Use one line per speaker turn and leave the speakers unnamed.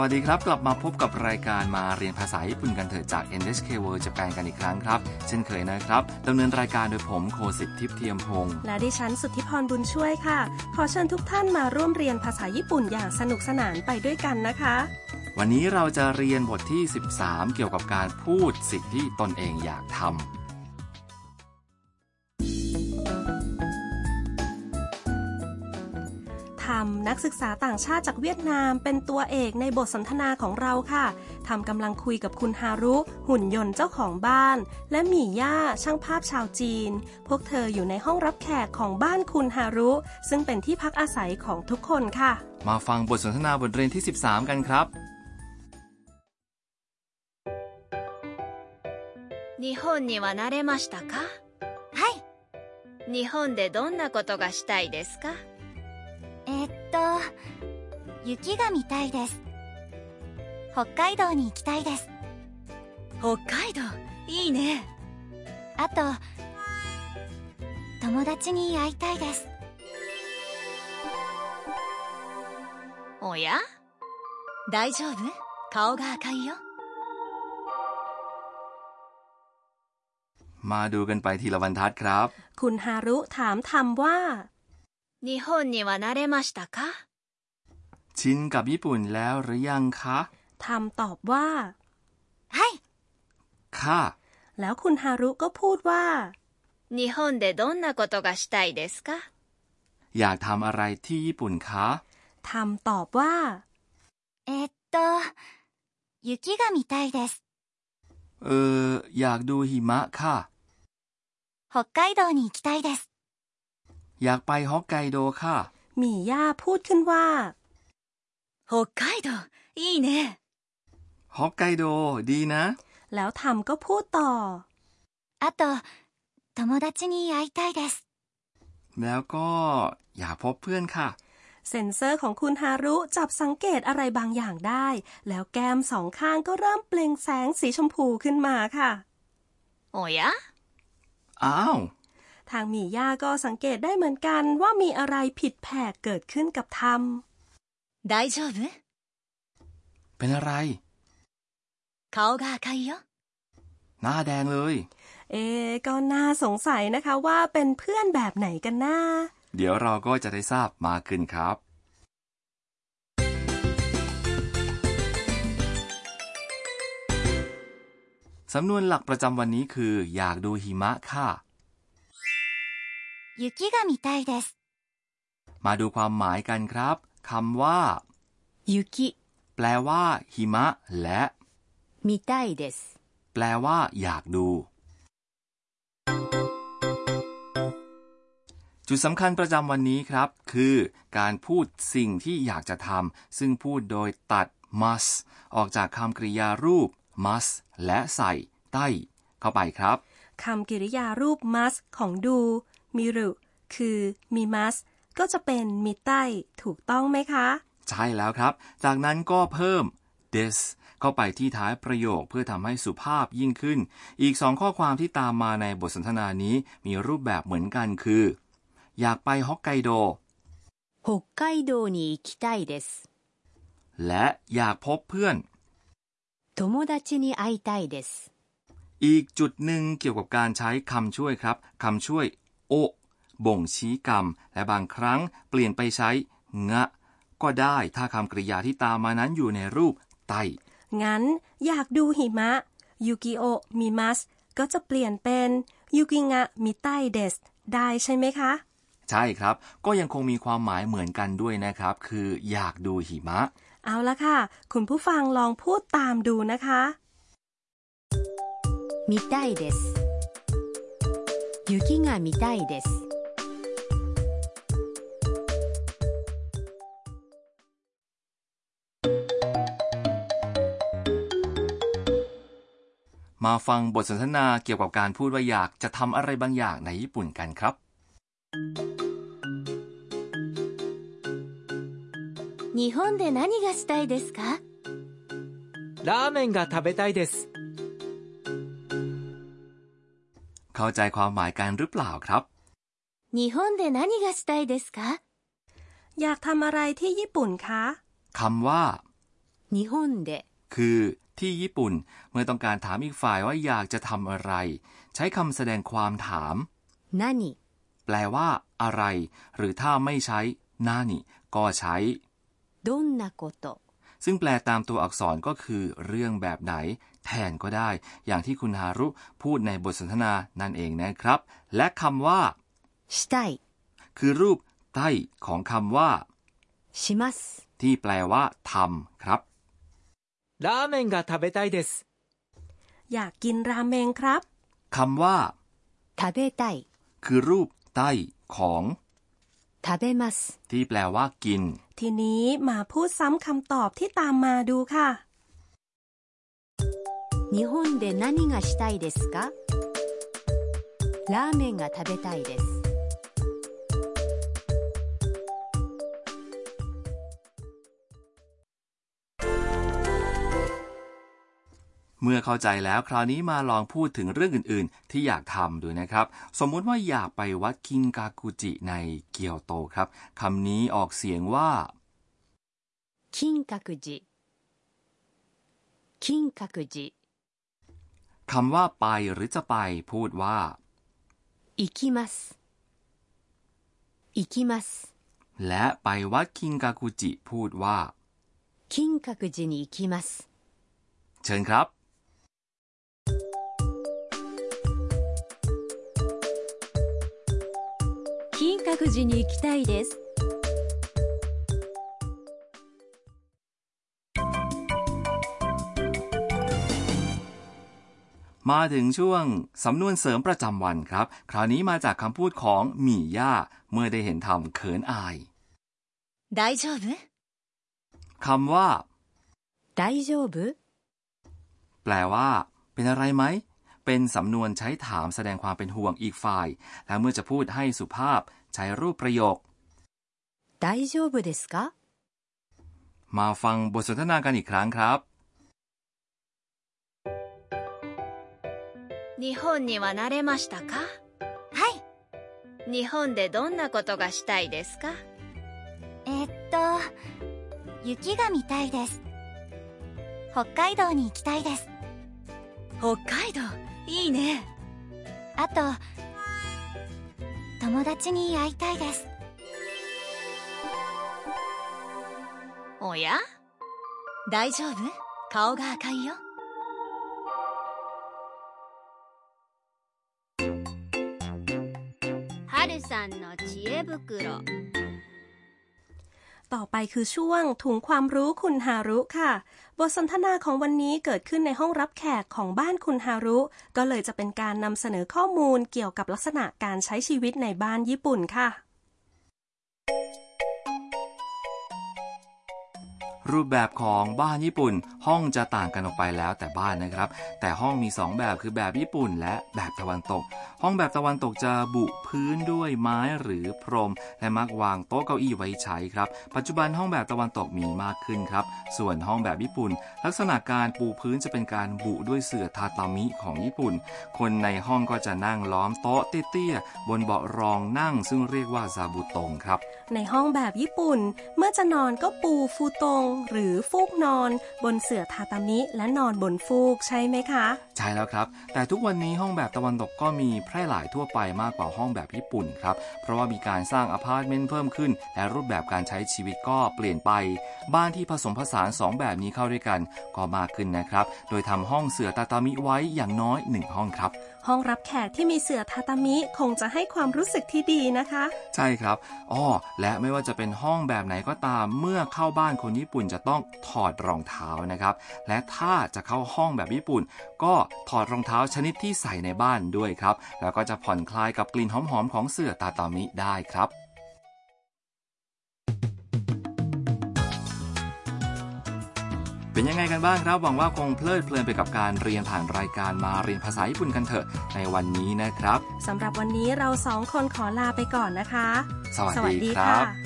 วัสดีครับ กลับมาพบกับรายการมาเรียนภาษาญี่ปุ่นกันเถิดจาก NHK World Japan กันอีกครั้งครับ เช่นเคยนะครับดำเนินรายการโดยผมโคสิทธิ์ทิพย์เทียมพงศ์
และดิฉันสุทธิพรบุญช่วยค่ะ ขอเชิญทุกท่านมาร่วมเรียนภาษาญี่ปุ่นอย่างสนุกสนานไปด้วยกันนะคะ
วันนี้เราจะเรียนบทที่ 13 เกี่ยวกับการพูดสิ่งที่ตนเองอยากท
ทำนักศึกษาต่างชาติจากเวียดนามเป็นตัวเอกในบทสนทนาของเราค่ะ ทำกำลังคุยกับคุณฮารุ หุ่นยนต์เจ้าของบ้าน และหมี่ย่าช่างภาพชาวจีน พวกเธออยู่ในห้องรับแขกของบ้านคุณฮารุ ซึ่งเป็นที่พักอาศัยของทุกคนค่ะ
ำ มาฟังบทสนทนาบทเรียนที่ 13 กันครับ
日本には慣れましたかはい日本でどんなことがしたいですか
えっと、雪が見たいです。北海道に行きたいです。
北海道いいね
あと、友達に会いたいです。
おや
大丈夫顔が赤いよ。
มาดูกันไปทีละบรรทัดครับ
คุณฮารุถามทำว่า
日本には慣れましたか
ชินกับญี่ปุ่นแล้วหรือยังคะ
ทำตอบว่า
はい、
ค่ะ
แล้วคุณฮารุก็พูดว่า
日本でどんなことがしたいですか
อยากทำอะไรที่ญี่ปุ่นคะ
ทำตอบว่า
えっと、雪が見たいです。
เออ อยากดูหิมะค่ะ
北海道に行きたいです。
อยากไปฮอกไกโดค่ะ
หมี่ย่าพูดขึ้นว่า
北海道いいね
ฮอกไกโดดีนะ
แล้วทำก็พูดต่อ
あと、友達に会いたいです。
แล้วก็อยากพบเพื่อนค่ะ
เซ็นเซอร์ของคุณฮารุจับสังเกตอะไรบางอย่างได้ แล้วแก้มสองข้างก็เริ่มเปล่งแสงสีชมพูขึ้นมาค่ะ
おや
อ้าว
ทางหมี่ย่าก็สังเกตได้เหมือนกันว่ามีอะไรผิดแผกเกิดขึ้นกับท
大丈夫
เป็นอะไร
顔が赤いよ。
หน้าแดงเลย
ำเอะก็น่าสงสัยนะคะว่าเป็นเพื่อนแบบไหนกันนะ้า
เดี๋ยวเราก็จะได้ทราบมากขึ้นครับ สำนวนหลักประจำวันนี้คือ อยากดูหิมะค่ะ
雪が見たいです。
มาดูความหมายกันครับคำว่า
雪
แปลว่า หิมะ และ
見たいです
แปลว่า อยากดู จุดสำคัญประจำวันนี้ครับ คือ การพูดสิ่งที่อยากจะทำซึ่งพูดโดยตัด must ออกจากคำกริยารูป must และใส่ใต้ เข้าไปครับ
คำกิริยารูป must ของดูมิรุคือมี must ก็จะเป็นมีใต้ถูกต้องไหมคะ
ใช่แล้วครับ จากนั้นก็เพิ่ม this เข้าไปที่ท้ายประโยคเพื่อทำให้สุภาพยิ่งขึ้น อีกสองข้อความที่ตามมาในบทสนทนานี้มีรูปแบบเหมือนกันคือ อยากไปฮอกไกโด
北海道に行きたいです
และอยากพบเพื่อน
友達に会いたいです
อีกจุดหนึ่งเกี่ยวกับการใช้คำช่วยครับคำช่วย โอ บ่งชี้กรรม และบางครั้งเปลี่ยนไปใช้ งะ ก็ได้ถ้าคำกริยาที่ตามมานั้นอยู่ในรูปไต
งั้นอยากดูหิมะยูกิโอมิมัสก็จะเปลี่ยนเป็นยูกิงะมิไตเดสได้ใช่ไหมคะ
ใช่ครับ ก็ยังคงมีความหมายเหมือนกันด้วยนะครับ คืออยากดูหิมะ
เอาละค่ะ คุณผู้ฟังลองพูดตามดูนะคะ
見たいです雪が見たいです
มาฟังบทสนทนาเกี่ยวกับการพูดว่าอยากจะทำอะไรบางอย่างในญี่ปุ่นกันครับ
日本で何がしたいですか
ラーメンが食べたいです。
เข้าใจความหมายกันหรือเปล่าครับ
日本で何がしたいですか
อยากทำอะไรที่ญี่ปุ่นคะ
คำว่า
日本で
คือที่ญี่ปุ่น เมื่อต้องการถามอีกฝ่ายว่าอยากจะทำอะไร ใช้คำแสดงความถาม
何
แปลว่าอะไร หรือถ้าไม่ใช้นานิก็ใช้
どんなこと
ซึ่งแปลตามตัวอักษรก็คือ เรื่องแบบไหน แทนก็ได้ อย่างที่คุณฮารุพูดในบทสนทนานั่นเองนะครับ และคำว่า
したい
คือรูปใต้ของคำว่า
します
ที่แปลว่าทำครับ
ラーメンが食べたいです。
อยากกินราเมงครับ
คำว่า
食べたい
คือรูปใต้ของ
食べます
ที่แปลว่ากิน
ทีนี้มาพูดซ้ำคำตอบที่ตามมาดูค่ะ
日本で何がしたいですかラーメンが食べたいです
เมื่อเข้าใจแล้วคราวนี้มาลองพูดถึงเรื่องอื่นๆ ที่อยากทำดูนะครับ สมมุติว่าอยากไปวัดคิงกากุจิในเกียวโตครับคำนี้ออกเสียงว่า
金閣寺金閣寺
คำว่าไปหรือจะไปพูดว่า
行きます行きます
และไปวัดคิงกากุจิพูดว่า
金閣寺に行きます
เชิญครับ
金閣寺に行きたいです
มาถึงช่วงสำนวนเสริมประจำวันครับ คราวนี้มาจากคำพูดของหมี่ย่าเมื่อได้เห็นทำเขินอาย
大丈夫
คำว่า
大丈夫
แปลว่า เป็นอะไรไหม เป็นสำนวนใช้ถามแสดงความเป็นห่วงอีกฝ่าย และเมื่อจะพูดให้สุภาพ ใช้รูปประโยค
大丈夫ですか
มาฟังบทสนทนากันอีกครั้งครับ
日本には慣れましたかはい日本でどんなことがしたいですか
えっと雪が見たいです北海道に行きたいです
北海道いいね
あと友達に会いたいです
おや大丈夫顔が赤いよはるさんの知恵袋
ต่อไปคือช่วงถุงความรู้คุณฮารุค่ะ บทสนทนาของวันนี้เกิดขึ้นในห้องรับแขกของบ้านคุณฮารุ ก็เลยจะเป็นการนำเสนอข้อมูลเกี่ยวกับลักษณะการใช้ชีวิตในบ้านญี่ปุ่นค่ะ
รูปแบบของบ้านญี่ปุ่น ห้องจะต่างกันออกไปแล้วแต่บ้านนะครับ แต่ห้องมี 2 แบบคือแบบญี่ปุ่น และแบบตะวันตก ห้องแบบตะวันตกจะบุพื้นด้วยไม้หรือพรม และมักวางโต๊ะเก้าอี้ไว้ใช้ครับ ปัจจุบันห้องแบบตะวันตกมีมากขึ้นครับ ส่วนห้องแบบญี่ปุ่น ลักษณะการปูพื้นจะเป็นการบุด้วยเสื่อทาตามิของญี่ปุ่น คนในห้องก็จะนั่งล้อมโต๊ะเตี้ยๆบนเบาะรองนั่ง ซึ่งเรียกว่าซาบุตงครับ
ในห้องแบบญี่ปุ่น เมื่อจะนอนก็ปูฟูตง หรือฟูกนอน บนเสื่อทาตามิและนอนบนฟูกใช่ไหมคะ
ใช่แล้วครับ แต่ทุกวันนี้ห้องแบบตะวันตกก็มีแพร่หลายทั่วไปมากกว่าห้องแบบญี่ปุ่นครับ เพราะว่ามีการสร้างอพาร์ตเมนต์เพิ่มขึ้น และรูปแบบการใช้ชีวิตก็เปลี่ยนไป บ้านที่ผสมผสานสองแบบนี้เข้าด้วยกันก็มากขึ้นนะครับ โดยทำห้องเสื่อตาตามิไว้อย่างน้อยหนึ่งห้องครับ
ห้องรับแขกที่มีเสื่อทาตามิคงจะให้ความรู้สึกที่ดีนะคะ
ใช่ครับอ้อและไม่ว่าจะเป็นห้องแบบไหนก็ตาม เมื่อเข้าบ้านคนญี่ปุ่นจะต้องถอดรองเท้านะครับ และถ้าจะเข้าห้องแบบญี่ปุ่น ก็ถอดรองเท้าชนิดที่ใส่ในบ้านด้วยครับ แล้วก็จะผ่อนคลายกับกลิ่นหอมๆของเสื่อตาตามิได้ครับ เป็นยังไงกันบ้างครับ หวังว่าคงเพลิดเพลินไปกับการเรียนผ่านรายการมาเรียนภาษาญี่ปุ่นกันเถอะในวันนี้นะครับ
สำหรับวันนี้เราสองคนขอลาไปก่อนนะคะ
สวัสดีครับ
บ